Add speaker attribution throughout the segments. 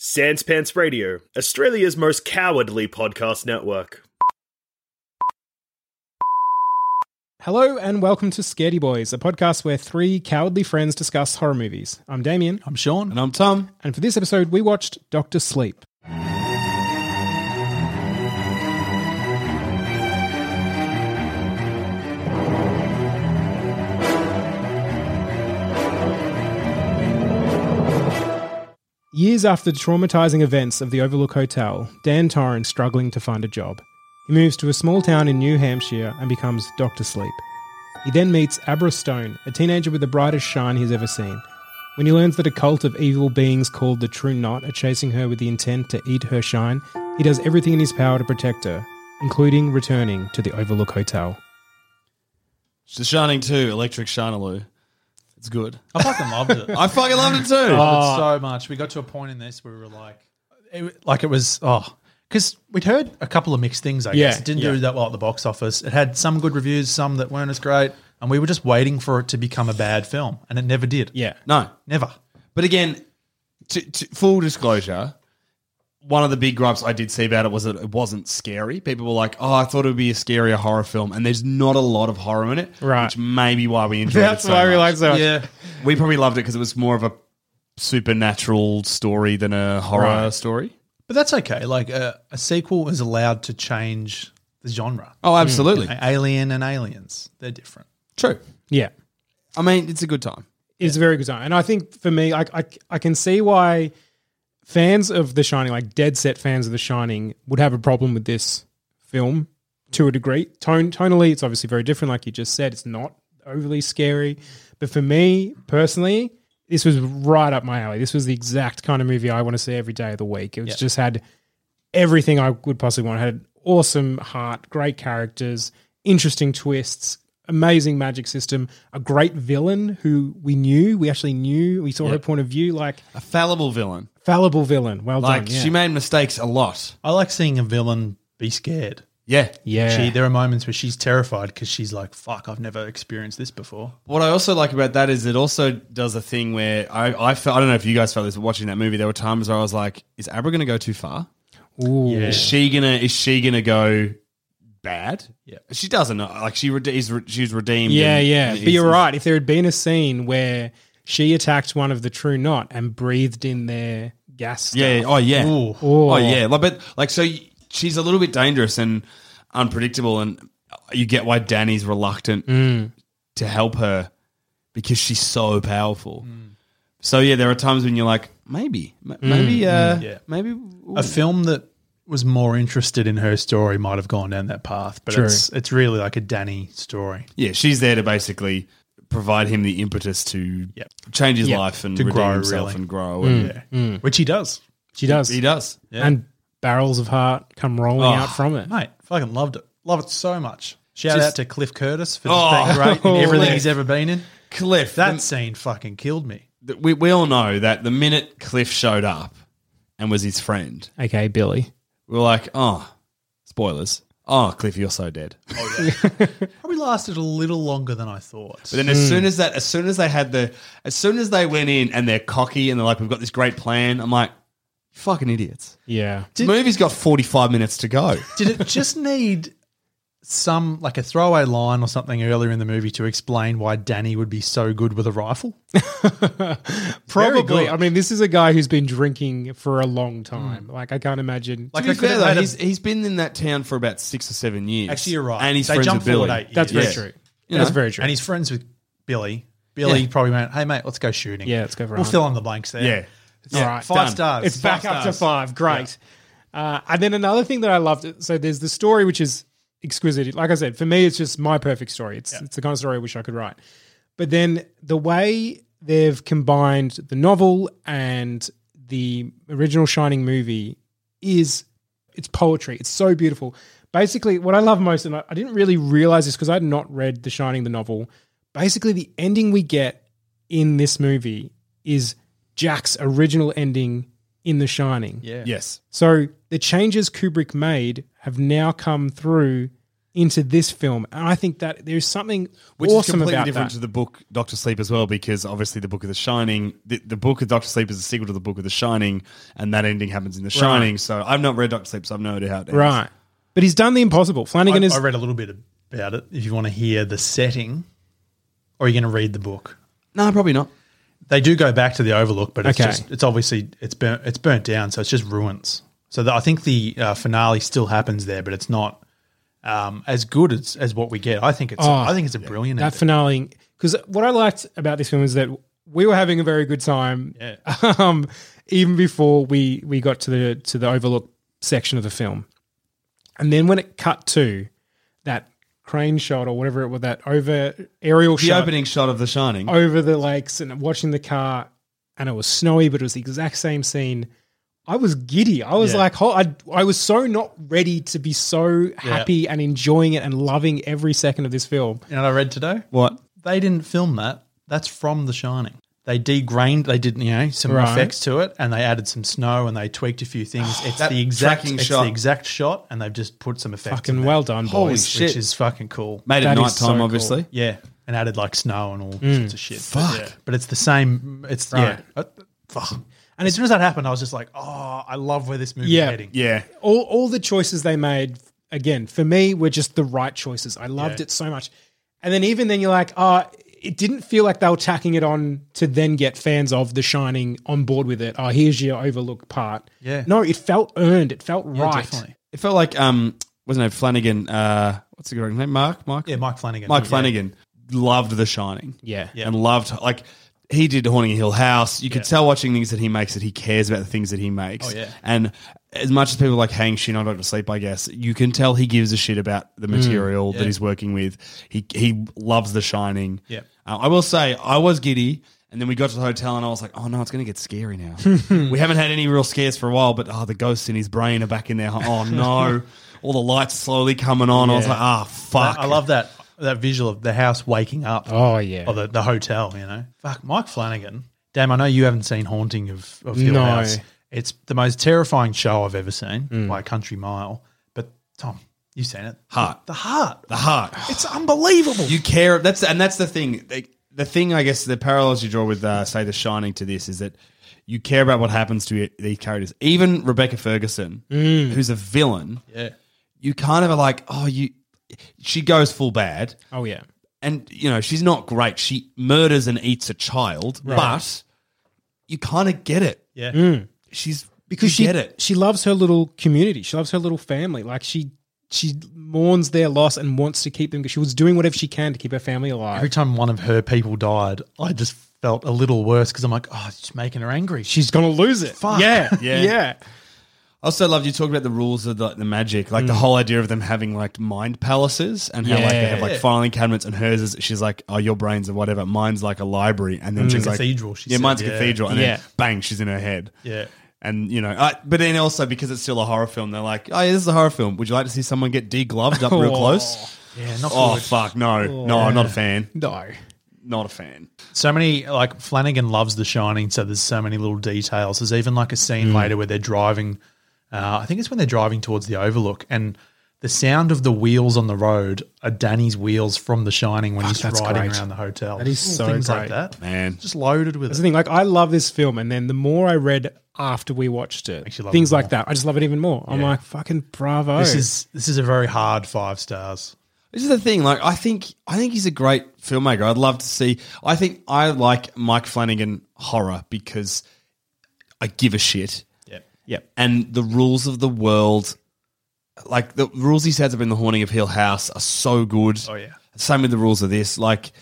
Speaker 1: Sans Pants Radio, Australia's most cowardly podcast network.
Speaker 2: Hello and welcome to Scaredy Boys, a podcast where three cowardly friends discuss horror movies. I'm Damien,
Speaker 3: I'm Sean. And I'm Tom.
Speaker 2: and for this episode, we watched Doctor Sleep. Years after the traumatizing events of the Overlook Hotel, Dan Torrance struggling to find a job. He moves to a small town in New Hampshire and becomes Doctor Sleep. He then meets Abra Stone, a teenager with the brightest shine he's ever seen. When he learns that a cult of evil beings called the True Knot are chasing her with the intent to eat her shine, he does everything in his power to protect her, including returning to the Overlook Hotel.
Speaker 3: It's The Shining 2, Electric Shinaloo. It's good. I fucking loved it. I fucking loved it too.
Speaker 2: Oh.
Speaker 4: loved it so much. We got to a point in this where we were like, it, wa- like it was oh, because we'd heard a couple of mixed things. I
Speaker 2: Yeah,
Speaker 4: guess it didn't
Speaker 2: yeah.
Speaker 4: do that well at the box office. It had some good reviews, some that weren't as great, and we were just waiting for it to become a bad film, and it never did.
Speaker 2: Yeah.
Speaker 3: No.
Speaker 4: never.
Speaker 3: But again, to, to, full disclosure, one of the big gripes I did see about it was that it wasn't scary. People were like, oh, I thought it would be a scarier horror film. And there's not a lot of horror in it.
Speaker 2: Right.
Speaker 3: Which may be why we enjoyed
Speaker 2: That's
Speaker 3: it so
Speaker 2: why we
Speaker 3: much.
Speaker 2: like so much.
Speaker 4: Yeah,
Speaker 3: We probably loved it because it was more of a supernatural story than a horror
Speaker 2: Right.
Speaker 3: story.
Speaker 4: but that's okay. Like a, a sequel is allowed to change the genre.
Speaker 3: Oh, absolutely.
Speaker 2: Mm.
Speaker 4: Alien and Aliens, they're different.
Speaker 3: True.
Speaker 2: Yeah.
Speaker 3: I mean, it's a good time.
Speaker 2: It's a very good time. And I think for me, I, I, I can see why fans of The Shining, like dead set fans of The Shining, would have a problem with this film to a degree. Tone, tonally, it's obviously very different. Like you just said, it's not overly scary. But for me personally, this was right up my alley. This was the exact kind of movie I want to see every day of the week. It was just had everything I would possibly want. It had awesome heart, great characters, interesting twists, amazing magic system, a great villain who we knew, we actually knew, we saw her point of view, like
Speaker 3: A fallible villain.
Speaker 2: fallible villain. Well
Speaker 3: Like,
Speaker 2: done. Yeah.
Speaker 3: she made mistakes a lot.
Speaker 4: I like seeing a villain be scared.
Speaker 3: Yeah.
Speaker 2: yeah.
Speaker 4: She, there are moments where she's terrified because she's like, "Fuck, I've never experienced this before."
Speaker 3: What I also like about that is it also does a thing where I, I felt, I don't know if you guys felt this but watching that movie. There were times where I was like, is Abra going to go too far?
Speaker 2: Ooh.
Speaker 3: Is she gonna is she gonna go bad?
Speaker 4: Yeah.
Speaker 3: She doesn't know. Like she rede- is re- she's redeemed.
Speaker 2: Yeah,
Speaker 3: and-
Speaker 2: yeah.
Speaker 3: and
Speaker 2: But you're
Speaker 3: is-
Speaker 2: right. If there had been a scene where she attacked one of the true knot and breathed in their gas, stuff,
Speaker 3: Yeah. Oh yeah.
Speaker 4: Ooh.
Speaker 3: Oh yeah. Like, but like so y- she's a little bit dangerous and unpredictable and you get why Danny's reluctant
Speaker 4: Mm.
Speaker 3: to help her because she's so powerful.
Speaker 4: Mm.
Speaker 3: So yeah, there are times when you're like maybe m- maybe uh
Speaker 4: Yeah.
Speaker 3: maybe
Speaker 4: a film that was more interested in her story might have gone down that path, but
Speaker 2: True.
Speaker 4: it's it's really like a Danny story.
Speaker 3: yeah, she's there to basically provide him the impetus to
Speaker 4: Yep. Mm.
Speaker 3: change his
Speaker 2: Yep.
Speaker 3: life and
Speaker 4: To
Speaker 3: redeem
Speaker 4: grow,
Speaker 3: himself
Speaker 4: really.
Speaker 3: and grow and
Speaker 4: Yeah. Which he does.
Speaker 2: she does.
Speaker 3: he does.
Speaker 2: And barrels of heart come rolling
Speaker 3: Oh,
Speaker 2: out from it.
Speaker 4: Mate, fucking loved it. Love it so much. Shout
Speaker 3: Just-
Speaker 4: out to Cliff Curtis for just
Speaker 3: Oh,
Speaker 4: being great in everything
Speaker 3: Cliff.
Speaker 4: he's ever been in.
Speaker 3: Cliff,
Speaker 4: That
Speaker 3: that's
Speaker 4: scene fucking killed me.
Speaker 3: we, we all know that the minute Cliff showed up and was his friend,
Speaker 2: Okay, Billy.
Speaker 3: we were like, oh, spoilers. Oh, Cliff, you're so dead. But
Speaker 4: Probably lasted a little longer than I thought.
Speaker 3: then as soon as that, as soon as they had the, as soon as they went in and they're cocky and they're like, we've got this great plan. I'm like, fucking idiots.
Speaker 2: Yeah.
Speaker 3: the movie's got 45 minutes to go.
Speaker 4: Did it just need some like a throwaway line or something earlier in the movie to explain why Danny would be so good with a rifle?
Speaker 2: Probably.
Speaker 4: good.
Speaker 2: I mean, this is a guy who's been drinking for a long time. Like, I can't imagine.
Speaker 4: Hmm. Like
Speaker 3: to be
Speaker 4: I could
Speaker 3: fair
Speaker 4: have
Speaker 3: though,
Speaker 4: had a-
Speaker 3: he's, he's been in that town for about six or seven years.
Speaker 4: Actually, you're right.
Speaker 3: And he's
Speaker 4: They
Speaker 3: friends
Speaker 4: jump
Speaker 3: with Billy.
Speaker 4: forward eight
Speaker 2: that's very
Speaker 4: years.
Speaker 3: Yeah.
Speaker 2: true.
Speaker 3: You
Speaker 2: That's
Speaker 3: know?
Speaker 2: very true.
Speaker 4: And he's friends with Billy. Billy
Speaker 3: Yeah.
Speaker 4: probably went, "Hey mate, let's go shooting."
Speaker 2: Yeah, let's go for a
Speaker 4: We'll
Speaker 2: hunt.
Speaker 4: fill in the blanks there.
Speaker 3: Yeah.
Speaker 2: All right.
Speaker 4: Five
Speaker 3: Done.
Speaker 4: stars.
Speaker 2: It's back
Speaker 4: Five
Speaker 2: up to
Speaker 4: stars.
Speaker 2: five. Great. Uh, and then another thing that I loved. So there's the story, which is exquisite. Like I said, for me, it's just my perfect story. It's it's the kind of story I wish I could write. But then the way they've combined the novel and the original Shining movie is it's poetry. It's so beautiful. Basically, what I love most, and I, I didn't really realize this because I had not read The Shining, the novel. Basically, the ending we get in this movie is Jack's original ending in The Shining.
Speaker 4: Yeah.
Speaker 3: Yes.
Speaker 2: So the changes Kubrick made have now come through into this film, and I think that there's something
Speaker 3: Which is
Speaker 2: awesome
Speaker 3: completely
Speaker 2: about
Speaker 3: different
Speaker 2: that.
Speaker 3: to the book Doctor Sleep as well, because obviously the book of The Shining, the, the book of Doctor Sleep is a sequel to the book of The Shining, and that ending happens in The Shining. So I've not read Doctor Sleep, so I've no idea how it ends.
Speaker 2: right, but he's done the impossible. Flanagan
Speaker 4: I,
Speaker 2: is
Speaker 4: I read a little bit about it. If you want to hear the setting, or are you going to read the book?
Speaker 3: No, probably not.
Speaker 4: They do go back to the Overlook, but it's
Speaker 2: Okay.
Speaker 4: just it's obviously it's burnt it's burnt down, so it's just ruins. So the, I think the uh, finale still happens there, but it's not um, as good as, as what we get. I think it's I think it's a brilliant.
Speaker 2: Oh. that
Speaker 4: ending.
Speaker 2: finale. Because what I liked about this film is that we were having a very good time, um, even before we we got to the to the Overlook section of the film, and then when it cut to that crane shot or whatever it was, that over aerial
Speaker 3: The
Speaker 2: shot,
Speaker 3: opening shot of The Shining.
Speaker 2: over the lakes and watching the car, and it was snowy, but it was the exact same scene. I was giddy. I was like, oh, I, I was so not ready to be so happy and enjoying it and loving every second of this film.
Speaker 4: You know what I read today?
Speaker 3: What?
Speaker 4: They didn't film that. That's from The Shining. They degrained. They did you know some
Speaker 2: Right. Oh,
Speaker 4: effects to it, and they added some snow, and they tweaked a few things. It's
Speaker 3: That
Speaker 4: the exact.
Speaker 3: tracking
Speaker 4: It's
Speaker 3: shot.
Speaker 4: the exact shot, and they've just put some effects. in
Speaker 2: Fucking
Speaker 4: there,
Speaker 2: well done,
Speaker 3: Holy
Speaker 2: boys.
Speaker 3: shit.
Speaker 4: which is fucking cool.
Speaker 3: Made
Speaker 2: That
Speaker 3: at
Speaker 2: is
Speaker 3: night
Speaker 2: so
Speaker 3: time,
Speaker 2: cool.
Speaker 3: obviously.
Speaker 4: Yeah, and added like snow and all sorts of shit. But,
Speaker 3: Fuck.
Speaker 4: yeah. but it's the same. It's
Speaker 2: Mm. Right.
Speaker 4: yeah. Uh, fuck. And as soon as that happened, I was just like, oh, I love where this movie's
Speaker 2: Yeah.
Speaker 4: heading.
Speaker 3: Yeah.
Speaker 2: all all the choices they made again for me were just the right choices. I loved it so much, and then even then you're like, ah, it didn't feel like they were tacking it on to then get fans of The Shining on board with it. Oh, here's your Overlook part.
Speaker 4: Yeah.
Speaker 2: no, it felt earned. It felt
Speaker 4: Yeah,
Speaker 2: right.
Speaker 4: definitely.
Speaker 3: It felt like um wasn't it Flanagan? Uh, what's the correct name? Mark. Mark.
Speaker 4: Yeah, Mike Flanagan.
Speaker 3: Mike
Speaker 4: Yeah.
Speaker 3: Flanagan loved The Shining.
Speaker 2: Yeah.
Speaker 3: and loved like he did Haunting Hill House. You could tell watching things that he makes that he cares about the things that he makes.
Speaker 4: Oh, yeah.
Speaker 3: and as much as people like hang shit on Doctor Sleep, I guess you can tell he gives a shit about the
Speaker 4: Mm.
Speaker 3: material that he's working with. He he loves The Shining.
Speaker 4: Yeah.
Speaker 3: Uh, I will say I was giddy. And then we got to the hotel, and I was like, "Oh no, it's going to get scary now." we haven't had any real scares for a while, but oh, the ghosts in his brain are back in there. Oh no, all the lights slowly coming on. I was like, "Ah, fuck!"
Speaker 4: I love that that visual of the house waking up.
Speaker 2: Oh yeah.
Speaker 4: or the, the hotel, you know. Fuck, Mike Flanagan. Damn, I know you haven't seen Haunting of, of Hill
Speaker 2: No.
Speaker 4: House. It's the most terrifying show I've ever seen
Speaker 2: Mm.
Speaker 4: by a country mile. But Tom, you've seen it.
Speaker 3: Heart.
Speaker 4: The heart.
Speaker 3: the heart.
Speaker 4: It's unbelievable.
Speaker 3: You care. That's and that's the thing. Like, the thing I guess the parallels you draw with uh, say The Shining to this is that you care about what happens to your- these characters. Even Rebecca Ferguson, who's a villain,
Speaker 4: Mm. yeah.
Speaker 3: you kind of are like, oh, you. She goes full bad,
Speaker 2: oh yeah.
Speaker 3: and you know she's not great. She murders and eats a child, but you kind of get it.
Speaker 4: Yeah. Mm.
Speaker 3: She's
Speaker 2: because she
Speaker 3: you get it.
Speaker 2: she loves her little community. She loves her little family. Like she she mourns their loss and wants to keep them. She was doing whatever she can to keep her family
Speaker 4: Every
Speaker 2: alive.
Speaker 4: time one of her people died, I just felt a little worse because I'm like, oh, it's just making her angry. She,
Speaker 2: She's gonna lose it.
Speaker 4: Fuck.
Speaker 2: Yeah,
Speaker 3: Yeah.
Speaker 2: yeah.
Speaker 3: I also loved you talked about the rules of the, the magic, like the
Speaker 4: Mm.
Speaker 3: whole idea of them having like mind palaces and how like they have like
Speaker 4: Yeah.
Speaker 3: filing cabinets and hers is she's like, oh, your brains are whatever, mine's like a library, and then she's like
Speaker 4: Mm. cathedral, she
Speaker 3: yeah,
Speaker 4: said,
Speaker 3: mine's a
Speaker 4: yeah.
Speaker 3: cathedral, and
Speaker 2: Yeah.
Speaker 3: then bang, she's in her head,
Speaker 4: Yeah.
Speaker 3: and you know, I, but then also because it's still a horror film, they're like, oh, yeah, this is a horror film. Would you like to see someone get degloved up real close?
Speaker 4: yeah, not
Speaker 3: Oh
Speaker 4: good.
Speaker 3: fuck, no, no, I'm not a fan,
Speaker 2: No,
Speaker 3: not a fan.
Speaker 4: So many, like, Flanagan loves The Shining, so there's so many little details. There's even like a
Speaker 2: Mm.
Speaker 4: scene later where they're driving. Uh, I think it's when they're driving towards the Overlook, and the sound of the wheels on the road are Danny's wheels from The Shining when he's
Speaker 2: that's
Speaker 4: riding
Speaker 2: great.
Speaker 4: around the hotel.
Speaker 2: That is
Speaker 4: Little
Speaker 2: so
Speaker 4: things
Speaker 2: great.
Speaker 4: like that.
Speaker 3: Man.
Speaker 4: Just loaded with
Speaker 2: that's
Speaker 4: it.
Speaker 2: the thing. Like I love this film, and then the more I read after we watched it.
Speaker 4: Makes you love
Speaker 2: Things
Speaker 4: it
Speaker 2: like that. I just love it even more. I'm
Speaker 4: Yeah.
Speaker 2: like, fucking bravo.
Speaker 4: This is this is a very hard five stars.
Speaker 3: This is the thing. Like, I think I think he's a great filmmaker. I'd love to see. I think I like Mike Flanagan horror because I give a shit.
Speaker 4: Yep.
Speaker 3: Yep. And the rules of the world, like the rules he sets up in The Haunting of Hill House, are so good.
Speaker 4: Oh, yeah.
Speaker 3: Same with the rules of this. Like,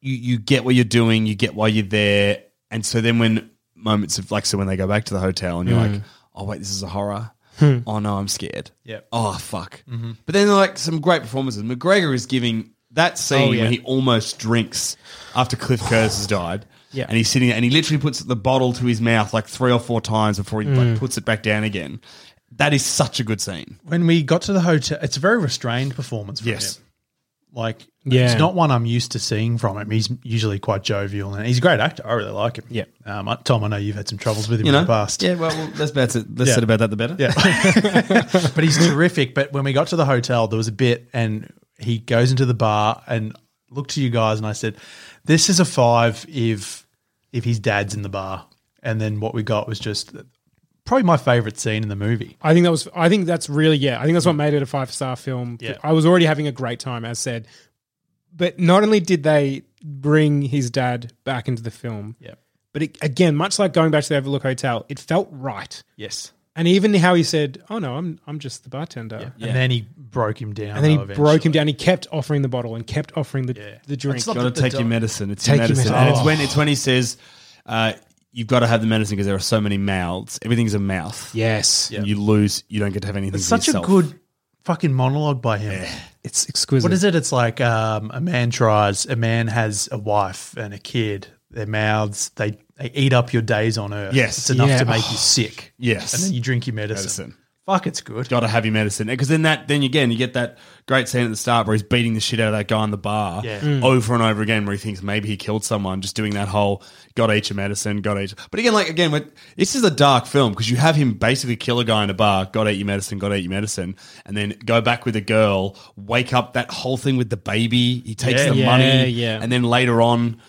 Speaker 3: you you get what you're doing, you get why you're there, and so then when moments of like, so when they go back to the hotel and you're like, oh wait, this is a horror. Oh no, I'm scared.
Speaker 4: Yep.
Speaker 3: Oh fuck. But then like some great performances. McGregor is giving that scene
Speaker 4: Oh, yeah.
Speaker 3: when he almost drinks after Cliff Curtis has died.
Speaker 2: Yeah.
Speaker 3: And he's sitting there and he literally puts the bottle to his mouth like three or four times before he like, puts it back down again. That is such a good scene.
Speaker 4: When we got to the hotel, it's a very restrained performance. From
Speaker 3: Yes.
Speaker 4: him. Like,
Speaker 2: Yeah.
Speaker 4: it's not one I'm used to seeing from him. He's usually quite jovial and he's a great actor. I really like him.
Speaker 2: Yeah.
Speaker 4: Um, I- Tom, I know you've had some troubles with him
Speaker 3: You
Speaker 4: in
Speaker 3: know?
Speaker 4: the past.
Speaker 3: Yeah, well, well that's better. Less
Speaker 4: Yeah.
Speaker 3: said about that, the better.
Speaker 4: Yeah. but he's terrific. But when we got to the hotel, there was a bit, and he goes into the bar and looked to you guys, and I said, "This is a five if if his dad's in the bar." And then what we got was just probably my favorite scene in the movie.
Speaker 2: I think that was. I think that's really. Yeah, I think that's what made it a five star film.
Speaker 4: Yeah.
Speaker 2: I was already having a great time, as said. But not only did they bring his dad back into the film,
Speaker 4: Yep.
Speaker 2: but it, again, much like going back to the Overlook Hotel, it felt right.
Speaker 4: Yes.
Speaker 2: And even how he said, "Oh no, I'm I'm just the bartender,"
Speaker 4: And then he broke him down.
Speaker 2: and then he
Speaker 4: though,
Speaker 2: broke him
Speaker 4: eventually.
Speaker 2: down. He kept offering the bottle and kept offering the
Speaker 4: Yeah.
Speaker 2: the drink.
Speaker 4: It's not-
Speaker 3: Got
Speaker 4: the
Speaker 3: to take
Speaker 4: doc-
Speaker 3: your medicine. It's
Speaker 2: Take
Speaker 3: your
Speaker 2: your
Speaker 3: medicine.
Speaker 2: medicine.
Speaker 3: And it's
Speaker 2: Oh.
Speaker 3: when it's when he says, uh, "You've got to have the medicine because there are so many mouths. Everything's a mouth.
Speaker 2: yes,
Speaker 3: And you lose. You don't get to have anything.
Speaker 4: It's
Speaker 3: for
Speaker 4: such
Speaker 3: yourself.
Speaker 4: a good fucking monologue by him.
Speaker 2: it's exquisite.
Speaker 4: What is it? It's like um, a man tries, a man has a wife and a kid. Their mouths, they, they eat up your days on earth.
Speaker 3: Yes.
Speaker 4: It's enough
Speaker 2: Yeah.
Speaker 4: to make you sick.
Speaker 3: Yes.
Speaker 4: And then you drink your medicine.
Speaker 3: Medicine.
Speaker 4: Fuck, it's good.
Speaker 3: Got to have your medicine because then that then again you get that great scene at the start where he's beating the shit out of that guy in the bar
Speaker 4: Yeah.
Speaker 2: Mm.
Speaker 3: over and over again where he thinks maybe he killed someone just doing that whole got to eat your medicine got to eat but again like again with, this is a dark film because you have him basically kill a guy in a bar got to eat your medicine got to eat your medicine and then go back with a girl wake up that whole thing with the baby he takes
Speaker 4: Yeah.
Speaker 3: the
Speaker 2: Yeah,
Speaker 3: money
Speaker 2: yeah.
Speaker 3: and then later on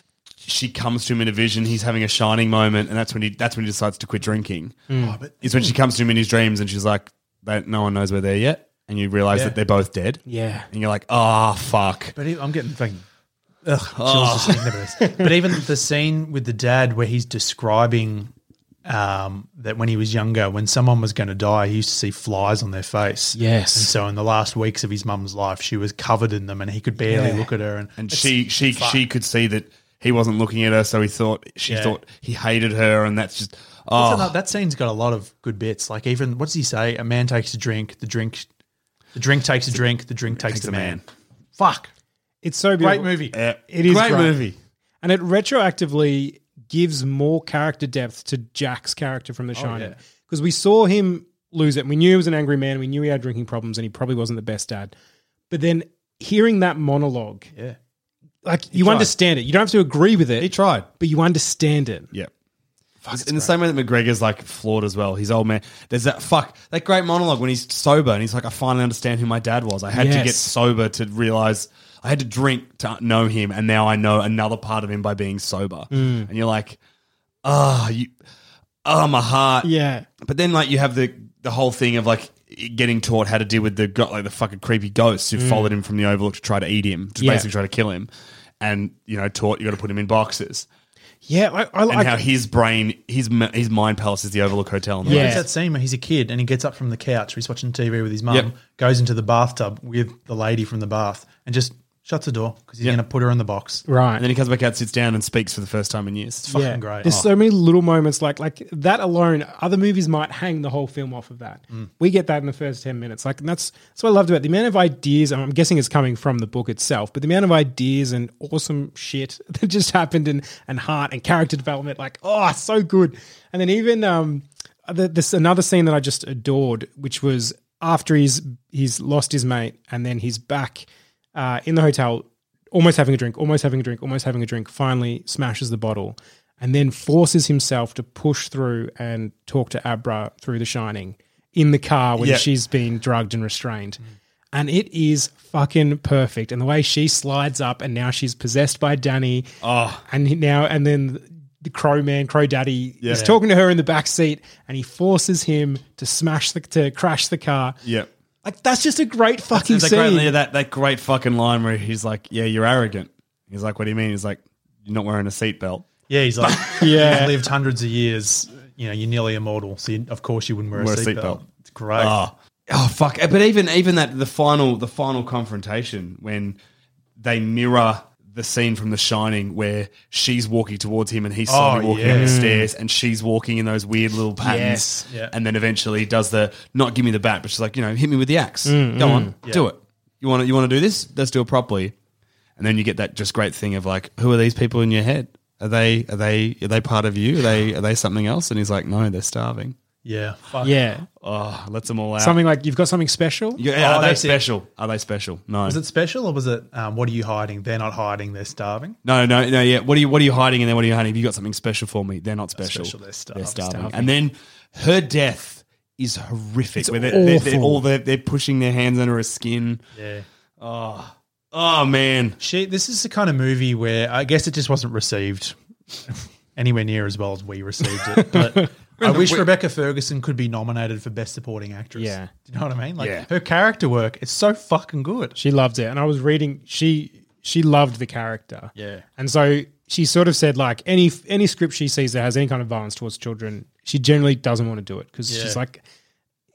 Speaker 3: she comes to him in a vision he's having a shining moment and that's when he that's when he decides to quit drinking
Speaker 4: Oh, but
Speaker 3: is when she comes to him in his dreams and she's like, that no one knows we're there yet. And you realize
Speaker 4: Yeah.
Speaker 3: that they're both dead.
Speaker 2: yeah,
Speaker 3: And you're like, oh, fuck.
Speaker 4: but he- I'm getting fucking ugh, chills just thinking about this. But even the scene with the dad where he's describing um, that when he was younger, when someone was going to die, he used to see flies on their face.
Speaker 2: Yes.
Speaker 4: And so in the last weeks of his mum's life, she was covered in them, and he could barely look at her. And,
Speaker 3: And she she she could see that he wasn't looking at her, so he thought she
Speaker 4: Yeah.
Speaker 3: thought he hated her, and that's just
Speaker 4: That's
Speaker 3: oh
Speaker 4: another- that scene's got a lot of good bits. Like even what does he say? A man takes a drink. The drink, the drink takes a drink. The drink takes,
Speaker 3: takes
Speaker 4: the
Speaker 3: a
Speaker 4: man.
Speaker 3: man.
Speaker 4: Fuck,
Speaker 2: it's so beautiful.
Speaker 4: great movie.
Speaker 3: Yeah.
Speaker 2: It is
Speaker 3: great,
Speaker 2: great.
Speaker 3: movie.
Speaker 2: and it retroactively gives more character depth to Jack's character from The Shining because we saw him lose it. and We knew he was an angry man. We knew he had drinking problems, and he probably wasn't the best dad. But then hearing that monologue,
Speaker 4: Yeah.
Speaker 2: like you understand it. You don't have to agree with it. He tried, but you understand it.
Speaker 3: Yeah. in the same way that McGregor's like flawed as well. He's old man. There's that fuck that great monologue when he's sober and he's like, I finally understand who my dad was. I had to get
Speaker 2: Yes.
Speaker 3: sober to realize I had to drink to know him, and now I know another part of him by being sober.
Speaker 2: Mm.
Speaker 3: And you're like, ah, you, ah, my heart.
Speaker 2: Yeah,
Speaker 3: But then like you have the the whole thing of like getting taught how to deal with the go- like the fucking creepy ghosts who followed him from the Overlook to try to eat him, to
Speaker 2: Mm. Yeah.
Speaker 3: basically try to kill him, and you know taught you got to put him in boxes
Speaker 2: yeah. I, I
Speaker 3: and
Speaker 2: like
Speaker 3: how his brain, his m- his mind palace is the Overlook Hotel. And
Speaker 2: Yeah.
Speaker 4: It's that scene where he's a kid and he gets up from the couch. where He's watching TV with his mum.
Speaker 3: Yep.
Speaker 4: Goes into the bathtub with the lady from the bath and just shuts the door because he's
Speaker 3: Yep.
Speaker 4: going to put her in the box.
Speaker 2: right.
Speaker 3: And then he comes back out, sits down, and speaks for the first time in years.
Speaker 4: fucking great.
Speaker 2: There's
Speaker 4: Oh.
Speaker 2: so many little moments like like that alone. Other movies might hang the whole film off of that.
Speaker 4: Mm.
Speaker 2: We get that in the first ten minutes. Like and that's that's what I loved about it. the amount of ideas. and I'm guessing it's coming from the book itself, but the amount of ideas and awesome shit that just happened and and heart and character development. Like oh, it's so good. And then even um, the, this another scene that I just adored, which was after he's he's lost his mate and then he's back uh, in the hotel almost having a drink, almost having a drink, almost having a drink, finally smashes the bottle and then forces himself to push through and talk to Abra through The Shining in the car when
Speaker 3: Yeah.
Speaker 2: she's been drugged and restrained. And it is fucking perfect. And the way she slides up and now she's possessed by Danny. Oh. And he- now, and then the Crow Man, Crow Daddy,
Speaker 3: Yeah.
Speaker 2: is talking to her in the back seat, and he forces him to smash the to crash the car.
Speaker 3: Yeah.
Speaker 2: Like that's just a great fucking
Speaker 3: There's a
Speaker 2: scene.
Speaker 3: great, yeah, that, that great fucking line where he's like, Yeah, you're arrogant. He's like, What do you mean? He's like, You're not wearing a seatbelt.
Speaker 4: Yeah, he's like,
Speaker 2: Yeah.
Speaker 4: you've lived hundreds of years. You know, you're nearly immortal. So you, of course you wouldn't wear,
Speaker 3: Wear a
Speaker 4: a
Speaker 3: seatbelt.
Speaker 4: seatbelt. It's great.
Speaker 3: Oh, oh fuck! But even even that the final the final confrontation when they mirror the scene from The Shining where she's walking towards him and he's slowly
Speaker 4: Oh,
Speaker 3: walking
Speaker 4: yeah.
Speaker 3: down the stairs and she's walking in those weird little patterns.
Speaker 2: Yes.
Speaker 4: Yeah.
Speaker 3: And then eventually does the not give me the bat, but she's like, you know, hit me with the axe. Go on, do it. You want to you want to do this? Let's do it properly. And then you get that just great thing of like, who are these people in your head? Are they are they are they part of you? Are they are they something else? And he's like, no, they're starving.
Speaker 4: Yeah. Fuck.
Speaker 2: yeah,
Speaker 3: Oh, lets them all out.
Speaker 2: something like you've got something special.
Speaker 3: Yeah,
Speaker 4: Oh,
Speaker 3: are they
Speaker 4: that's it.
Speaker 3: special? Are they special? No.
Speaker 4: Was it special or was it, um, what are you hiding? They're not hiding. They're starving.
Speaker 3: no, no, no. Yeah. What are you? What are you hiding? And then what are you hiding? Have you got something special for me? They're not special.
Speaker 4: special, they're starved.
Speaker 3: starving.
Speaker 2: Starving.
Speaker 3: And then her death is horrific. where they're, they're- they're
Speaker 2: awful.
Speaker 3: all they're, they're pushing their hands under her skin.
Speaker 4: Yeah. Ah.
Speaker 3: Oh man.
Speaker 4: She, this is the kind of movie where I guess it just wasn't received anywhere near as well as we received it. But I wish Rebecca Ferguson could be nominated for Best Supporting Actress.
Speaker 2: Yeah.
Speaker 4: Do you know what I mean? Like
Speaker 3: Yeah.
Speaker 4: her character work, it's so fucking good.
Speaker 2: She loved it, and I was reading. She she loved the character.
Speaker 4: Yeah.
Speaker 2: and so she sort of said like any any script she sees that has any kind of violence towards children, she generally doesn't want to do it because she's like,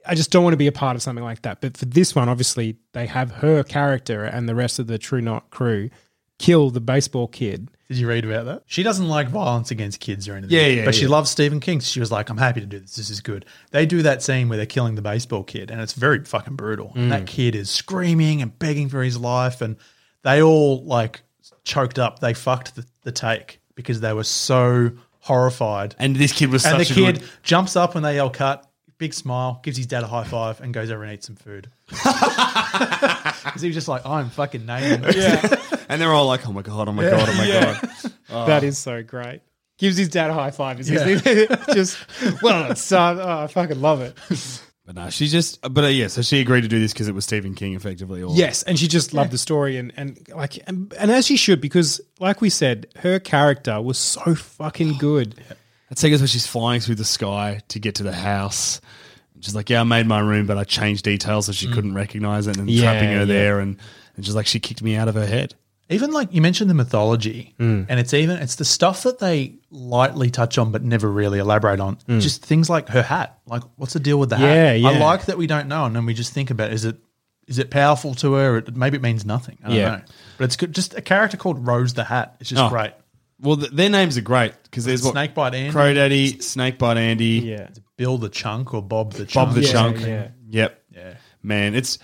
Speaker 2: I just don't want to be a part of something like that. But for this one, obviously they have her character and the rest of the True Knot crew kill the baseball kid.
Speaker 4: Did you read about that? She doesn't like violence against kids or anything.
Speaker 3: Yeah, yeah,
Speaker 4: But she
Speaker 3: yeah.
Speaker 4: loves Stephen King. She was like, I'm happy to do this. This is good. They do that scene where they're killing the baseball kid, and it's very fucking brutal. And
Speaker 3: Mm.
Speaker 4: that kid is screaming and begging for his life, and they all like choked up. They fucked the, the take because they were so horrified.
Speaker 3: And this kid was
Speaker 4: And
Speaker 3: such
Speaker 4: the
Speaker 3: a
Speaker 4: kid
Speaker 3: good.
Speaker 4: jumps up when they yell cut, big smile, gives his dad a high five, and goes over and eats some food. Because he was just like, I'm fucking nailing it.
Speaker 3: And they're all like, oh my god, oh my god, oh my god.
Speaker 2: That is so great. Gives his dad a high five. Is just well, it's, uh, oh, I fucking love it.
Speaker 3: But no, she just. But uh, yeah, so she agreed to do this because it was Stephen King, effectively. Or,
Speaker 2: Yes, and she just loved the story and and like and, and as she should because like we said, her character was so fucking good.
Speaker 3: That sequence where she's flying through the sky to get to the house. She's like, "Yeah, I made my room, but I changed details so she couldn't recognize it, and then
Speaker 2: Mm. Yeah,
Speaker 3: trapping her
Speaker 2: yeah.
Speaker 3: there." And, and she's like, "She kicked me out of her head."
Speaker 4: even like you mentioned the mythology
Speaker 2: Mm.
Speaker 4: and it's even it's the stuff that they lightly touch on but never really elaborate on just things like her hat like what's the deal with the
Speaker 2: Yeah,
Speaker 4: hat
Speaker 2: Mm. yeah.
Speaker 4: i like that we don't know and then we just think about is it is it powerful to her it, maybe it means nothing i don't
Speaker 2: Yeah.
Speaker 4: know but it's good just a character called rose the hat it's just
Speaker 3: Oh.
Speaker 4: great
Speaker 3: Well, th- their names are great because there's what
Speaker 4: Snakebite Andy.
Speaker 3: Crowdaddy, Snakebite Andy,
Speaker 2: Yeah.
Speaker 4: bill the chunk or bob the chunk
Speaker 3: Bob the
Speaker 2: Yeah,
Speaker 3: Chunk.
Speaker 2: yeah.
Speaker 3: Yep. Yeah. Man, it's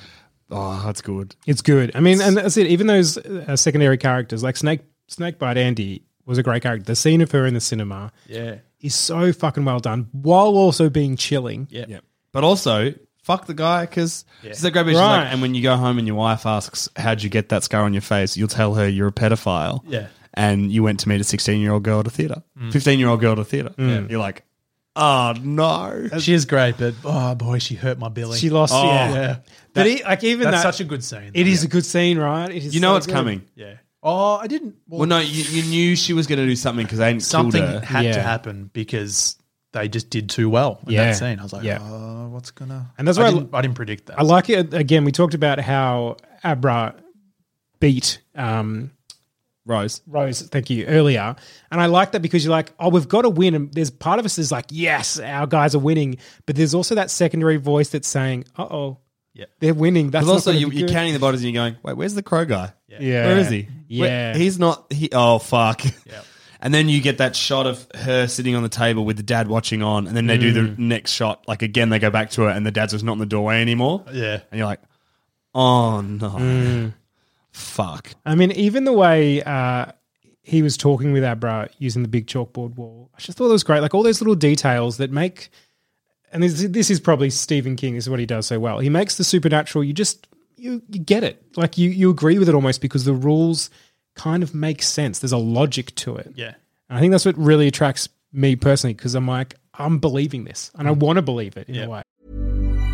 Speaker 3: oh, that's good.
Speaker 2: It's good. I mean, and that's it. Even those uh, secondary characters like Snake Snakebite Andy was a great character. The scene of her in the cinema
Speaker 4: yeah
Speaker 2: is so fucking well done while also being chilling.
Speaker 4: yeah
Speaker 3: Yep. But also, fuck the guy because it's that great. bit, she's
Speaker 2: Right.
Speaker 3: Like, and when you go home and your wife asks, "How'd you get that scar on your face?" You'll tell her you're a pedophile.
Speaker 4: Yeah.
Speaker 3: And you went to meet a 16 year old girl at a theater, 15 year old girl at a theater.
Speaker 2: Mm.
Speaker 3: You're like, oh no.
Speaker 4: she is great but oh boy she hurt my billy
Speaker 2: She lost
Speaker 3: Oh.
Speaker 2: yeah.
Speaker 4: yeah
Speaker 2: But e- like even
Speaker 4: that's
Speaker 2: that
Speaker 4: such a good scene
Speaker 2: it is a good scene, right? It is
Speaker 3: You know
Speaker 2: so
Speaker 3: it's
Speaker 2: good.
Speaker 3: coming.
Speaker 4: yeah oh i didn't
Speaker 3: Well, no, you, you knew she was going to do something because they hadn't
Speaker 4: something
Speaker 3: killed her.
Speaker 4: had
Speaker 2: Yeah.
Speaker 4: to happen because they just did too well in
Speaker 2: Yeah.
Speaker 4: that scene. I was like,
Speaker 2: Yeah.
Speaker 4: oh, what's gonna?
Speaker 2: And that's
Speaker 4: I
Speaker 2: why I
Speaker 4: didn't, I didn't predict that.
Speaker 2: I like it again, we talked about how Abra beat um
Speaker 3: Rose.
Speaker 2: Rose, thank you, earlier. And I like that because you're like, oh, we've got to win. And there's part of us is like, yes, our guys are winning. But there's also that secondary voice that's saying, uh oh,
Speaker 4: Yeah.
Speaker 2: they're winning. That's
Speaker 3: But also,
Speaker 2: not
Speaker 3: you,
Speaker 2: gonna be
Speaker 3: you're
Speaker 2: good.
Speaker 3: counting the bodies and you're going, wait, where's the crow guy?
Speaker 2: Yeah.
Speaker 3: Where is he?
Speaker 2: Yeah.
Speaker 3: Wait, he's not. He, oh, fuck. And then you get that shot of her sitting on the table with the dad watching on. And then they do
Speaker 4: Mm.
Speaker 3: the next shot. Like, again, they go back to her and the dad's just not in the doorway anymore.
Speaker 4: Uh, yeah, Mm.
Speaker 3: And you're like, oh, no. Fuck.
Speaker 2: I mean, even the way uh, he was talking with Abra using the big chalkboard wall, I just thought it was great. Like all those little details that make, and this, this is probably Stephen King. This is what he does so well. He makes the supernatural. You just you you get it. Like you you agree with it almost because the rules kind of make sense. There's a logic to it.
Speaker 4: yeah,
Speaker 2: And I think that's what really attracts me personally because I'm like I'm believing this and I want to believe it in
Speaker 4: Mm. Yeah.
Speaker 2: a way.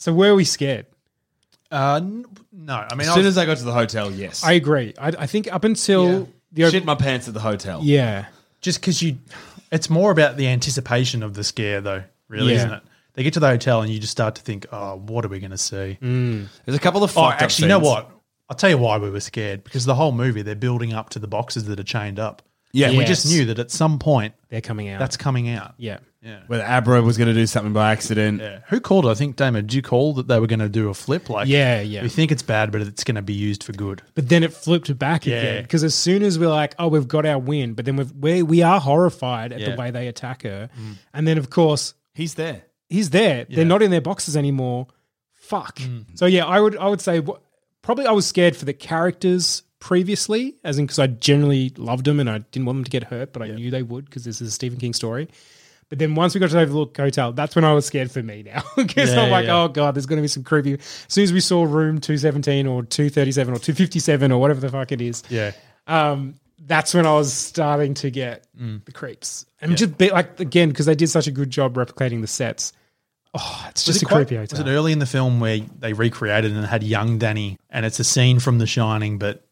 Speaker 2: So were we scared?
Speaker 4: Uh, n- no, I mean,
Speaker 3: As
Speaker 4: I
Speaker 3: soon
Speaker 4: was-
Speaker 3: as I got to the hotel, yes.
Speaker 2: I agree. I, I think up until the
Speaker 3: shit my pants at the hotel.
Speaker 2: yeah,
Speaker 4: just because you, it's more about the anticipation of the scare, though. Really,
Speaker 2: Yeah.
Speaker 4: isn't it? They get to the hotel and you just start to think, oh, what are we going to see?
Speaker 3: There's a couple of
Speaker 4: Oh,
Speaker 3: fucked up
Speaker 4: actually, you know
Speaker 3: scenes.
Speaker 4: what? I'll tell you why we were scared because the whole movie they're building up to the boxes that are chained up.
Speaker 3: Yeah,
Speaker 4: We just
Speaker 2: Yes.
Speaker 4: knew that at some point
Speaker 2: they're coming out.
Speaker 4: that's coming out.
Speaker 2: yeah.
Speaker 3: whether Abra was going to do something by accident.
Speaker 4: Yeah. Who called? it? I think Damon. Did you call that they were going to do a flip? Like,
Speaker 2: Yeah, yeah.
Speaker 4: We think it's bad, but it's going to be used for good.
Speaker 2: But then it flipped back
Speaker 4: Yeah.
Speaker 2: again because as soon as we're like, oh, we've got our win, but then we've, we we are horrified at
Speaker 4: Yeah. Mm.
Speaker 2: the way they attack her, and then of course
Speaker 3: He's there.
Speaker 2: he's there. They're not in their boxes anymore. Fuck.
Speaker 4: Mm.
Speaker 2: So yeah, I would I would say wh- probably I was scared for the characters previously, as in because I generally loved them and I didn't want them to get hurt, but I knew they would because this is a Stephen King story. But then once we got to the Overlook Hotel, that's when I was scared for me now because
Speaker 4: Yeah,
Speaker 2: I'm like,
Speaker 4: yeah.
Speaker 2: oh god, there's going to be some creepy. As soon as we saw room two seventeen or two thirty seven or two fifty seven or whatever the fuck it is,
Speaker 4: Yeah.
Speaker 2: um, that's when I was starting to get the creeps. And just be, like again because they did such a good job replicating the sets. Oh, it's just a creepy
Speaker 4: Was
Speaker 2: hotel.
Speaker 4: it early in the film where they recreated and had young Danny, and it's a scene from The Shining, but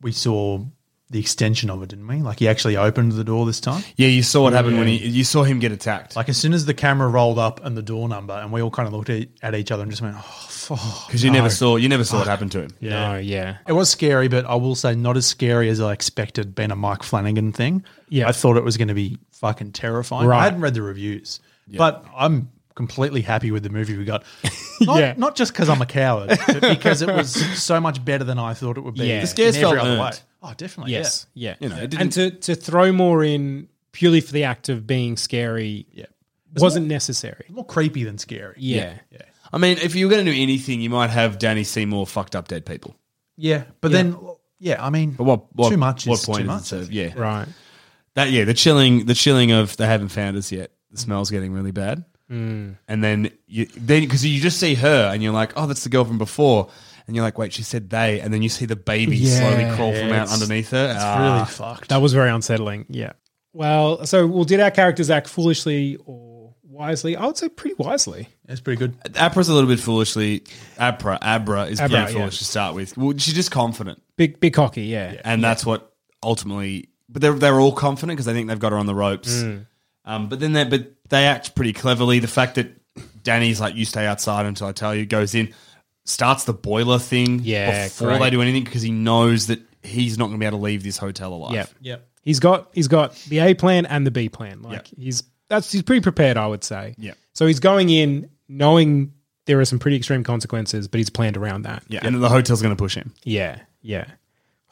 Speaker 4: we saw the extension of it, didn't we? Like he actually opened the door this time.
Speaker 3: Yeah, you saw what happened when he you saw him get attacked.
Speaker 4: Like as soon as the camera rolled up and the door number, and we all kind of looked at, at each other and just went, "Oh fuck,"
Speaker 3: because you never saw you never saw what happened to him.
Speaker 2: No, yeah.
Speaker 4: It was scary, but I will say not as scary as I expected being a Mike Flanagan thing.
Speaker 2: Yeah.
Speaker 4: I thought it was going to be fucking terrifying.
Speaker 2: Right.
Speaker 4: I hadn't read the reviews, but I'm completely happy with the movie we got. Not,
Speaker 2: Yeah.
Speaker 4: not just because I'm a coward, but because it was so much better than I thought it would be.
Speaker 2: Yeah. The
Speaker 3: scares
Speaker 4: in every
Speaker 3: felt
Speaker 4: other
Speaker 3: earned.
Speaker 4: way. Oh, definitely.
Speaker 2: Yes, yeah.
Speaker 3: You know, it
Speaker 2: and to to throw more in purely for the act of being scary
Speaker 4: Yeah.
Speaker 2: wasn't necessary.
Speaker 4: yeah. More creepy than scary.
Speaker 2: Yeah.
Speaker 3: I mean, if you were going to do anything, you might have Danny Seymour fucked up dead people.
Speaker 4: Yeah. But then, yeah, I mean,
Speaker 3: But what, what
Speaker 4: too much
Speaker 3: What
Speaker 4: is
Speaker 3: point
Speaker 4: too
Speaker 3: is
Speaker 4: much.
Speaker 3: it?
Speaker 4: I
Speaker 3: serve?
Speaker 4: think.
Speaker 3: yeah,
Speaker 2: Right.
Speaker 3: that yeah, the chilling, the chilling of they haven't found us yet. The smell's getting really bad, and then you then because you just see her and you're like, oh, that's the girl from before, and you're like, wait, she said they, and then you see the baby
Speaker 2: Yeah.
Speaker 3: slowly crawl from out
Speaker 4: It's-
Speaker 3: underneath her.
Speaker 4: It's
Speaker 3: Ah.
Speaker 4: really fucked.
Speaker 2: That was very unsettling. Yeah. Well, so well, did our characters act foolishly or wisely? I would say pretty wisely.
Speaker 4: It's pretty good.
Speaker 2: Uh,
Speaker 3: Apra's a little bit foolishly. Apra, Abra is
Speaker 2: Abra,
Speaker 3: pretty foolish
Speaker 2: yeah.
Speaker 3: to start with. Well, she's just confident,
Speaker 2: Big big cocky, yeah.
Speaker 3: and that's what ultimately. But they're they're all confident because they think they've got her on the ropes.
Speaker 2: Mm.
Speaker 3: Um, but then they but they act pretty cleverly. The fact that Danny's like, "You stay outside until I tell you," goes in, starts the boiler thing
Speaker 2: Yeah,
Speaker 3: before
Speaker 2: great.
Speaker 3: they do anything because he knows that he's not going to be able to leave this hotel alive.
Speaker 2: Yeah.
Speaker 4: Yeah.
Speaker 2: He's got he's got the A plan and the B plan. Like he's that's he's pretty prepared, I would say.
Speaker 3: Yeah.
Speaker 2: So he's going in knowing there are some pretty extreme consequences, but he's planned around that.
Speaker 3: Yeah, and the hotel's going to push him.
Speaker 2: Yeah, yeah.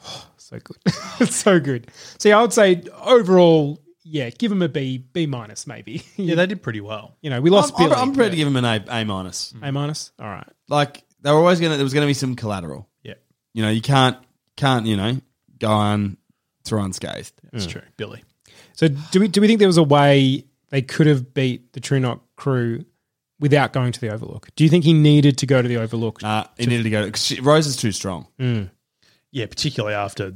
Speaker 2: Oh, so good. It's so good. See, I would say overall, yeah, give him a B, B minus maybe.
Speaker 4: Yeah, they did pretty well.
Speaker 2: you know, we
Speaker 3: I'm,
Speaker 2: lost
Speaker 3: I'm-
Speaker 2: Billy.
Speaker 3: I'm prepared to give him an A, a minus.
Speaker 2: A minus. All right.
Speaker 3: Like they were always going to. There was going to be some collateral.
Speaker 4: Yeah.
Speaker 3: You know, you can't can't you know go on through unscathed.
Speaker 2: Mm.
Speaker 4: That's true. Billy.
Speaker 2: So do we do we think there was a way they could have beat the True Knock crew without going to the Overlook? Do you think he needed to go to the Overlook?
Speaker 3: Uh, he needed to go because Rose is too strong.
Speaker 4: Yeah, particularly after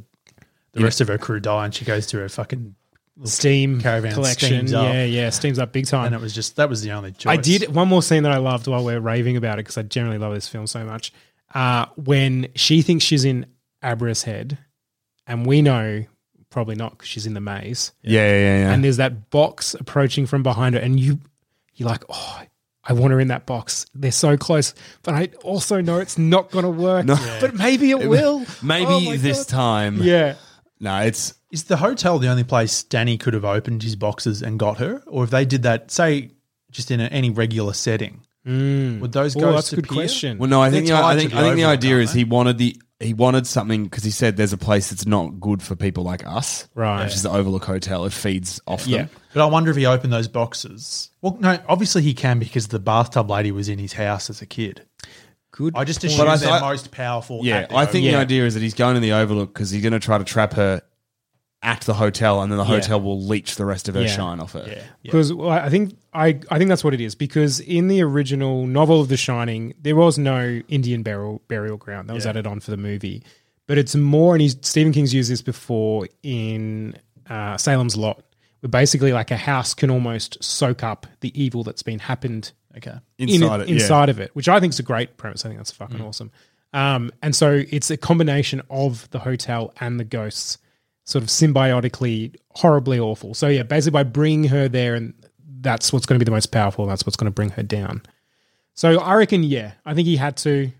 Speaker 4: the rest of her crew die and she goes through her fucking little
Speaker 2: Steam
Speaker 4: caravan
Speaker 2: collection.
Speaker 4: steams up.
Speaker 2: Yeah, yeah, Steam's up big time.
Speaker 4: And it was just that was the only choice.
Speaker 2: I did one more scene that I loved while we are raving about it because I generally love this film so much. Uh, when she thinks she's in Abra's head, and we know probably not because she's in the maze,
Speaker 3: Yeah, yeah, yeah. yeah.
Speaker 2: and there's that box approaching from behind her, and you you're like, oh, I want her in that box. They're so close, but I also know it's not going to work.
Speaker 3: No.
Speaker 2: But maybe it will.
Speaker 3: Maybe
Speaker 2: Oh my
Speaker 3: this
Speaker 2: God.
Speaker 3: time.
Speaker 2: Yeah.
Speaker 3: No, it's
Speaker 4: Is the hotel the only place Danny could have opened his boxes and got her? Or if they did that, say just in a, any regular setting, would those
Speaker 2: Oh,
Speaker 4: ghosts
Speaker 2: that's a good
Speaker 4: appear?
Speaker 2: question.
Speaker 3: well. No, I
Speaker 4: They're
Speaker 3: think the, I
Speaker 4: tied
Speaker 3: think
Speaker 4: to
Speaker 3: I think the
Speaker 4: overlook,
Speaker 3: idea
Speaker 4: aren't
Speaker 3: is
Speaker 4: they?
Speaker 3: he wanted the he wanted something because he said there's a place that's not good for people like us,
Speaker 2: Right.
Speaker 3: Which is the Overlook Hotel. It feeds off
Speaker 2: Yeah.
Speaker 3: them.
Speaker 4: But I wonder if he opened those boxes. Well, no, obviously he can because the bathtub lady was in his house as a kid.
Speaker 2: Good.
Speaker 4: I just
Speaker 2: point.
Speaker 4: assume
Speaker 3: I
Speaker 4: they're
Speaker 3: thought-
Speaker 4: most powerful.
Speaker 3: Yeah,
Speaker 4: at the
Speaker 3: I think the
Speaker 2: Yeah.
Speaker 3: idea is that he's going to the Overlook because he's going to try to trap her at the hotel, and then the
Speaker 2: Yeah.
Speaker 3: hotel will leech the rest of her
Speaker 2: Yeah.
Speaker 3: shine off her.
Speaker 2: because well, I think I, I think that's what it is. Because in the original novel of The Shining, there was no Indian burial burial ground that was added on for the movie, but it's more. And he's, Stephen King's used this before in uh, Salem's Lot, where basically like a house can almost soak up the evil that's been happened
Speaker 4: Okay.
Speaker 3: Inside
Speaker 2: in,
Speaker 3: it, yeah. Mm.
Speaker 2: inside of it, which I think is a great premise. I think that's fucking awesome. Um, and so it's a combination of the hotel and the ghosts, sort of symbiotically, horribly awful. So yeah, basically by bringing her there, and that's what's going to be the most powerful. And that's what's going to bring her down. So I reckon, yeah, I think he had to,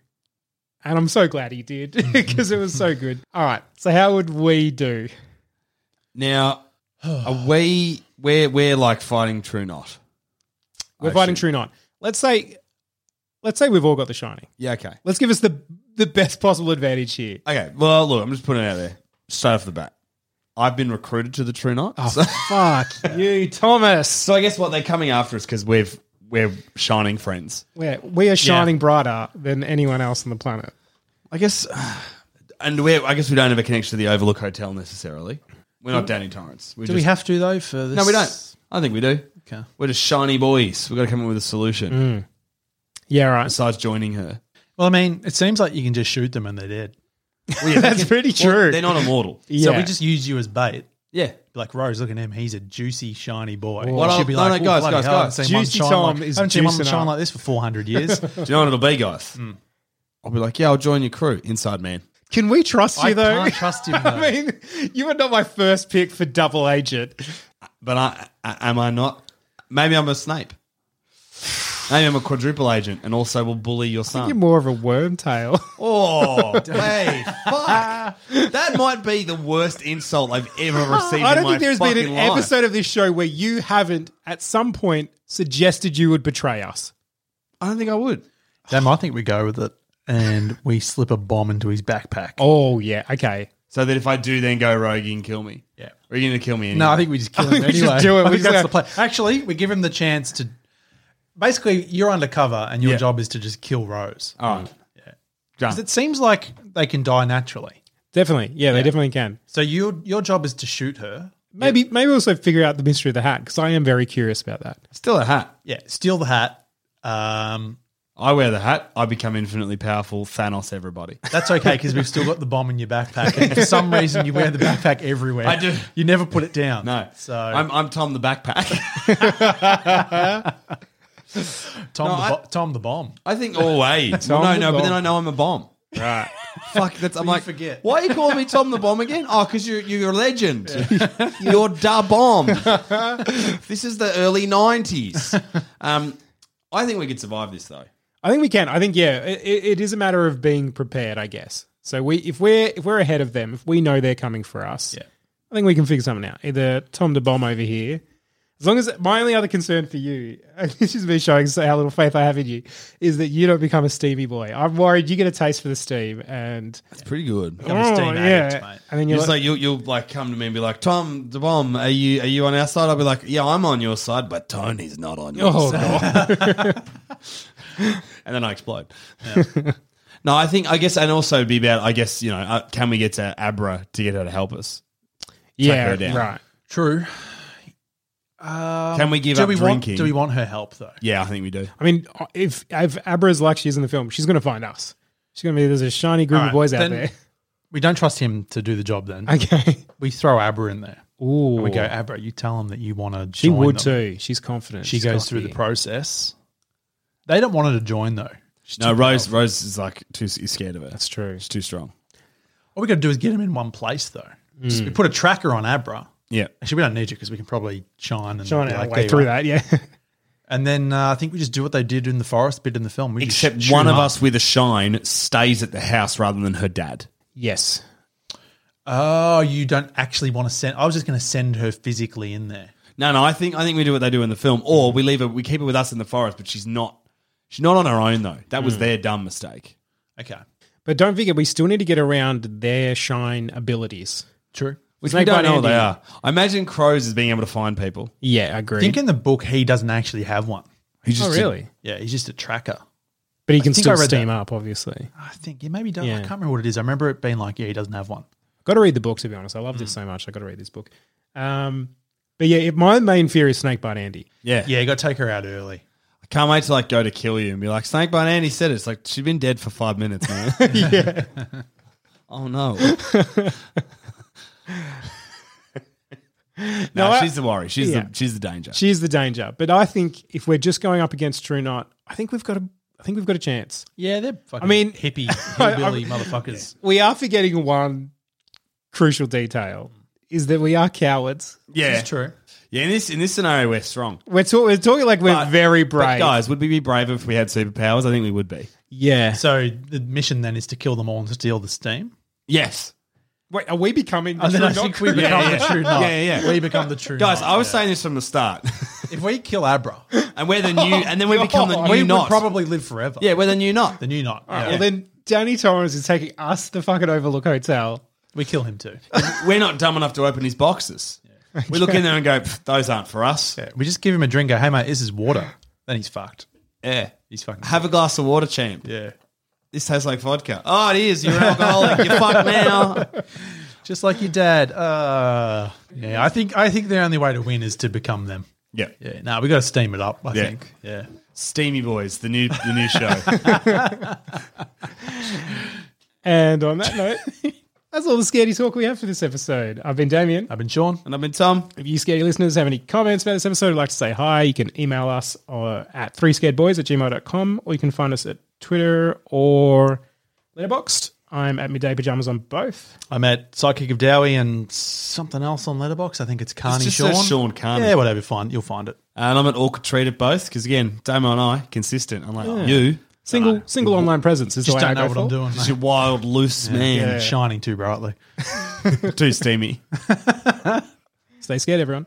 Speaker 2: and I'm so glad he did because it was so good. All right, so how would we do?
Speaker 3: Now, are we we're we're like fighting True Not?
Speaker 2: We're
Speaker 3: I
Speaker 2: fighting
Speaker 3: should-
Speaker 2: True Not. Let's say, let's say we've all got the shining.
Speaker 3: Yeah. Okay.
Speaker 2: Let's give us the the best possible advantage here.
Speaker 3: Okay. Well, look, I'm just putting it out there straight off the bat. I've been recruited to the True Not. so-
Speaker 4: Oh.
Speaker 2: Fuck you, Thomas.
Speaker 3: So I guess what they're coming after us because we've we're shining friends.
Speaker 2: We're, we are shining brighter than anyone else on the planet.
Speaker 3: I guess, and we I guess we don't have a connection to the Overlook Hotel necessarily. We're not Danny Torrance. We're
Speaker 4: Do
Speaker 3: just-
Speaker 4: we have to though for this?
Speaker 3: No, we don't. I think we do.
Speaker 4: Okay. Mm.
Speaker 3: We're just shiny boys. We've got to come up with a solution
Speaker 2: Yeah, right.
Speaker 3: besides joining her.
Speaker 4: Well, I mean, it seems like you can just shoot them and they're dead.
Speaker 2: That's pretty true.
Speaker 3: Well, they're not immortal.
Speaker 2: yeah.
Speaker 4: So we just use you as bait.
Speaker 3: yeah.
Speaker 4: Be like Rose, look at him. He's a juicy, shiny boy.
Speaker 3: What
Speaker 4: You
Speaker 3: I'll-
Speaker 4: should be
Speaker 3: no,
Speaker 4: like,
Speaker 3: no, guys,
Speaker 4: "Oh, bloody
Speaker 3: guys,
Speaker 4: hell, I
Speaker 3: guys.
Speaker 4: haven't seen one
Speaker 2: Juicy
Speaker 4: shine
Speaker 2: Tom
Speaker 4: like,
Speaker 2: is
Speaker 4: I haven't seen one
Speaker 2: juicing
Speaker 4: shine
Speaker 2: up.
Speaker 4: like this for four hundred years.
Speaker 3: Do you know what it'll be, guys?
Speaker 4: Mm.
Speaker 3: I'll be like, yeah, I'll join your crew, inside man.
Speaker 2: Can we trust you
Speaker 4: I
Speaker 2: though?
Speaker 4: can't trust him,
Speaker 2: I
Speaker 4: though.
Speaker 2: mean, you are not my first pick for double agent.
Speaker 3: But I, I am I not? Maybe I'm a Snape. Maybe I'm a quadruple agent, and also will bully your son.
Speaker 2: You're more of a wormtail.
Speaker 3: Oh, hey, fuck. That might be the worst insult I've ever received
Speaker 2: I
Speaker 3: in
Speaker 2: don't
Speaker 3: my
Speaker 2: think there's been an
Speaker 3: fucking life.
Speaker 2: episode of this show where you haven't, at some point, suggested you would betray us.
Speaker 3: I don't think I would.
Speaker 4: Damn, I think we go with it, and we slip a bomb into his backpack.
Speaker 2: Oh yeah, okay.
Speaker 3: So that if I do then go rogue, you can kill me.
Speaker 4: Yeah.
Speaker 3: Or are you going to kill me anyway?
Speaker 4: No, I think we just kill him
Speaker 2: think we
Speaker 4: anyway.
Speaker 2: just do it.
Speaker 4: I
Speaker 2: We
Speaker 4: think
Speaker 2: just
Speaker 4: that's
Speaker 2: go-
Speaker 4: the plan. Actually, we give him the chance to. Basically, you're undercover, and your
Speaker 3: Yeah.
Speaker 4: job is to just kill Rose.
Speaker 3: All right.
Speaker 4: Because it seems like they can die naturally.
Speaker 2: Definitely, yeah, they definitely can.
Speaker 4: So your your job is to shoot her.
Speaker 2: Maybe, maybe also figure out the mystery of the hat because I am very curious about that.
Speaker 3: Still a hat.
Speaker 4: Yeah, steal the hat. Um,
Speaker 3: I wear the hat. I become infinitely powerful. Thanos, everybody.
Speaker 4: that's okay because we've still got the bomb in your backpack. And for some reason, you wear the backpack everywhere.
Speaker 3: I do.
Speaker 4: You never put it down.
Speaker 3: No.
Speaker 4: So
Speaker 3: I'm, I'm Tom the backpack.
Speaker 4: Tom,
Speaker 3: no,
Speaker 4: the bo- Tom the bomb.
Speaker 3: I think always. no,
Speaker 2: Tom the
Speaker 3: no, but
Speaker 2: bomb.
Speaker 3: then I know I'm a bomb.
Speaker 2: Right.
Speaker 3: Fuck, that's, I'm
Speaker 4: you
Speaker 3: like,
Speaker 4: forget.
Speaker 3: why are you calling me Tom the Bomb again? Oh, because you're, you're a legend. You're da bomb. this is the early 90s. Um, I think we could survive this, though.
Speaker 2: I think we can. I think yeah, it, it it is a matter of being prepared, I guess. So we if we're if we're ahead of them, if we know they're coming for us,
Speaker 4: Yeah.
Speaker 2: I think we can figure something out. Either Tom the bomb over here. As long as my only other concern for you, and this is me showing how little faith I have in you, is that you don't become a steamy boy. I'm worried you get a taste for the steam, and Oh,
Speaker 3: It's pretty good.
Speaker 4: I'm a steam addict, mate.
Speaker 2: and then you're
Speaker 3: You're
Speaker 2: like,
Speaker 3: like, you'll, you'll like come to me and be like, Tom the Bomb, are you are you on our side? I'll be like, yeah, I'm on your side, but Tony's not on your
Speaker 2: oh
Speaker 3: side.
Speaker 2: god,
Speaker 3: And then I explode. no, I think I guess, and also it'd be about I guess you know, uh, can we get to Abra to get her to help us? her
Speaker 2: yeah,
Speaker 3: down.
Speaker 2: right.
Speaker 4: True.
Speaker 3: can we give
Speaker 4: Do
Speaker 3: up
Speaker 4: we want?
Speaker 3: drinking?
Speaker 4: Do we want her help though?
Speaker 3: yeah, I think we do.
Speaker 2: I mean, if if Abra's like she is in the film, she's going to find us. She's going to be there's a shiny group
Speaker 4: All
Speaker 2: of
Speaker 4: right,
Speaker 2: boys out
Speaker 4: then
Speaker 2: there.
Speaker 4: We don't trust him to do the job then.
Speaker 2: Okay.
Speaker 4: We throw Abra in there.
Speaker 2: Ooh.
Speaker 4: And we go, Abra, you tell him that you want to join.
Speaker 2: She would
Speaker 4: them."
Speaker 2: too. She's confident.
Speaker 4: She
Speaker 2: She's
Speaker 4: goes
Speaker 2: cocky.
Speaker 4: through the process. They don't want her to join though. She's
Speaker 3: No,
Speaker 4: too
Speaker 3: Rose.
Speaker 4: powerful.
Speaker 3: Rose is like too is scared of her.
Speaker 2: That's true.
Speaker 3: She's too strong.
Speaker 4: What we got to do is get him in one place though. Just-
Speaker 2: Mm.
Speaker 4: we put a tracker on Abra.
Speaker 3: Yeah.
Speaker 4: Actually, we don't need you because we can probably shine and
Speaker 2: Trying
Speaker 4: be
Speaker 2: to
Speaker 4: like,
Speaker 2: like,
Speaker 4: "There
Speaker 2: way
Speaker 4: you
Speaker 2: through
Speaker 4: are."
Speaker 2: that. Yeah.
Speaker 4: And then uh, I think we just do what they did in the forest bit in the film. We just
Speaker 3: Except
Speaker 4: shoot
Speaker 3: one of
Speaker 4: him up.
Speaker 3: us with a shine stays at the house rather than her dad.
Speaker 2: yes.
Speaker 4: Oh, you don't actually want to send. I was just going to send her physically in there.
Speaker 3: No, no. I think I think we do what they do in the film, or
Speaker 4: Mm.
Speaker 3: we leave her. We keep her with us in the forest, but she's not. She's not on her own though. That
Speaker 4: Mm.
Speaker 3: was their dumb mistake.
Speaker 4: Okay.
Speaker 2: But don't forget, we still need to get around their shine abilities.
Speaker 4: True.
Speaker 3: Which
Speaker 2: Snake
Speaker 3: we don't
Speaker 2: Bite
Speaker 3: know what they
Speaker 2: Andy.
Speaker 3: are. I imagine crows is being able to find people.
Speaker 2: Yeah, I
Speaker 4: I
Speaker 2: agree.
Speaker 4: think in the book, he doesn't actually have one.
Speaker 3: He's just
Speaker 2: oh,
Speaker 3: a-
Speaker 2: really?
Speaker 4: Yeah, he's just a tracker.
Speaker 2: But he
Speaker 4: I
Speaker 2: can
Speaker 4: think
Speaker 2: still
Speaker 4: I read
Speaker 2: steam
Speaker 4: that.
Speaker 2: up, obviously.
Speaker 4: I think he maybe don't. I
Speaker 2: Yeah.
Speaker 4: can't remember what it is. I remember it being like, yeah, he doesn't have one.
Speaker 2: Got to read the book, to be honest. I love this so much. I got to read this book. Um, but yeah, it, my main fear is Snakebite Andy.
Speaker 3: yeah.
Speaker 4: Yeah, you got to take her out early.
Speaker 3: I can't wait to like go to kill you and be like, Snake Bite Andy said it. It's like she's been dead for five minutes, man. yeah. oh no. no,
Speaker 2: I-
Speaker 3: she's the worry. She's
Speaker 2: Yeah.
Speaker 3: the she's the danger.
Speaker 2: She is the danger. But I think if we're just going up against True Knight, I think we've got a, I think we've got a chance.
Speaker 4: Yeah, they're fucking
Speaker 2: I mean-
Speaker 4: hippie,
Speaker 2: I-
Speaker 4: hillbilly motherfuckers.
Speaker 2: We are forgetting one crucial detail is that we are cowards.
Speaker 3: yeah,
Speaker 4: It's true.
Speaker 3: yeah. In this in this scenario, we're strong.
Speaker 2: We're, ta- we're talking like we're
Speaker 3: But-
Speaker 2: very
Speaker 3: but
Speaker 2: brave.
Speaker 3: guys. Would we be brave if we had superpowers? I think we would be.
Speaker 2: yeah.
Speaker 4: So the mission then is to kill them all and steal the steam.
Speaker 3: Yes,
Speaker 2: Wait, are we becoming the
Speaker 4: And then
Speaker 2: True
Speaker 4: I
Speaker 2: Knight
Speaker 4: think we
Speaker 2: crew?
Speaker 4: become
Speaker 3: Yeah,
Speaker 4: the
Speaker 3: yeah.
Speaker 4: true knight.
Speaker 3: Yeah, yeah, yeah.
Speaker 4: We become the true
Speaker 3: guys.
Speaker 4: knight,
Speaker 3: I was
Speaker 4: yeah.
Speaker 3: saying this from the start,
Speaker 4: if we kill Abra,
Speaker 3: and we're the new, and then Oh, we become the new
Speaker 4: Oh, we would
Speaker 3: knot.
Speaker 4: probably live forever.
Speaker 3: yeah, we're the new knot.
Speaker 4: the new knight. yeah.
Speaker 2: Well, then Danny Torrance is taking us to the fucking Overlook Hotel.
Speaker 4: we kill him too.
Speaker 3: we're not dumb enough to open his boxes. We look in there and go, "Pff, those aren't for us.
Speaker 4: Yeah, we just give him a drink. Go, hey mate, this is water. Then he's fucked.
Speaker 3: Yeah.
Speaker 4: He's fucking.
Speaker 3: Have a glass of water, champ.
Speaker 4: yeah.
Speaker 3: This tastes like vodka. Oh, it is. You're an alcoholic. You're fucked now.
Speaker 4: Just like your dad. Uh, yeah, I think I think the only way to win is to become them.
Speaker 3: Yeah.
Speaker 4: Yeah, no, we got to steam it up. I
Speaker 3: Yeah.
Speaker 4: think. Yeah.
Speaker 3: Steamy Boys, the new the new show.
Speaker 2: And on that note, that's all the scaredy talk we have for this episode. I've been Damien.
Speaker 4: I've been Sean.
Speaker 3: and I've been Tom.
Speaker 2: If you scaredy listeners have any comments about this episode, would like to say hi, you can email us uh, at three scaredboys at gmail.com or you can find us at Twitter or Letterboxd. I'm at midday pajamas on both.
Speaker 4: I'm at Sidekick of Dowie and something else on Letterbox. I think it's Carney
Speaker 3: just
Speaker 4: Sean.
Speaker 3: says Sean Carney.
Speaker 4: Yeah, whatever. Find you'll find it.
Speaker 3: And I'm at Orchid Treat at both because again, Damo and I consistent. Unlike you,
Speaker 2: Single single online presence is the
Speaker 4: Just
Speaker 2: way
Speaker 4: don't
Speaker 2: I
Speaker 4: know
Speaker 2: go
Speaker 4: what
Speaker 2: for.
Speaker 4: I'm doing.
Speaker 3: just
Speaker 4: Mate.
Speaker 3: a wild, loose man,
Speaker 4: Shining too brightly.
Speaker 3: too steamy.
Speaker 2: Stay scared, everyone.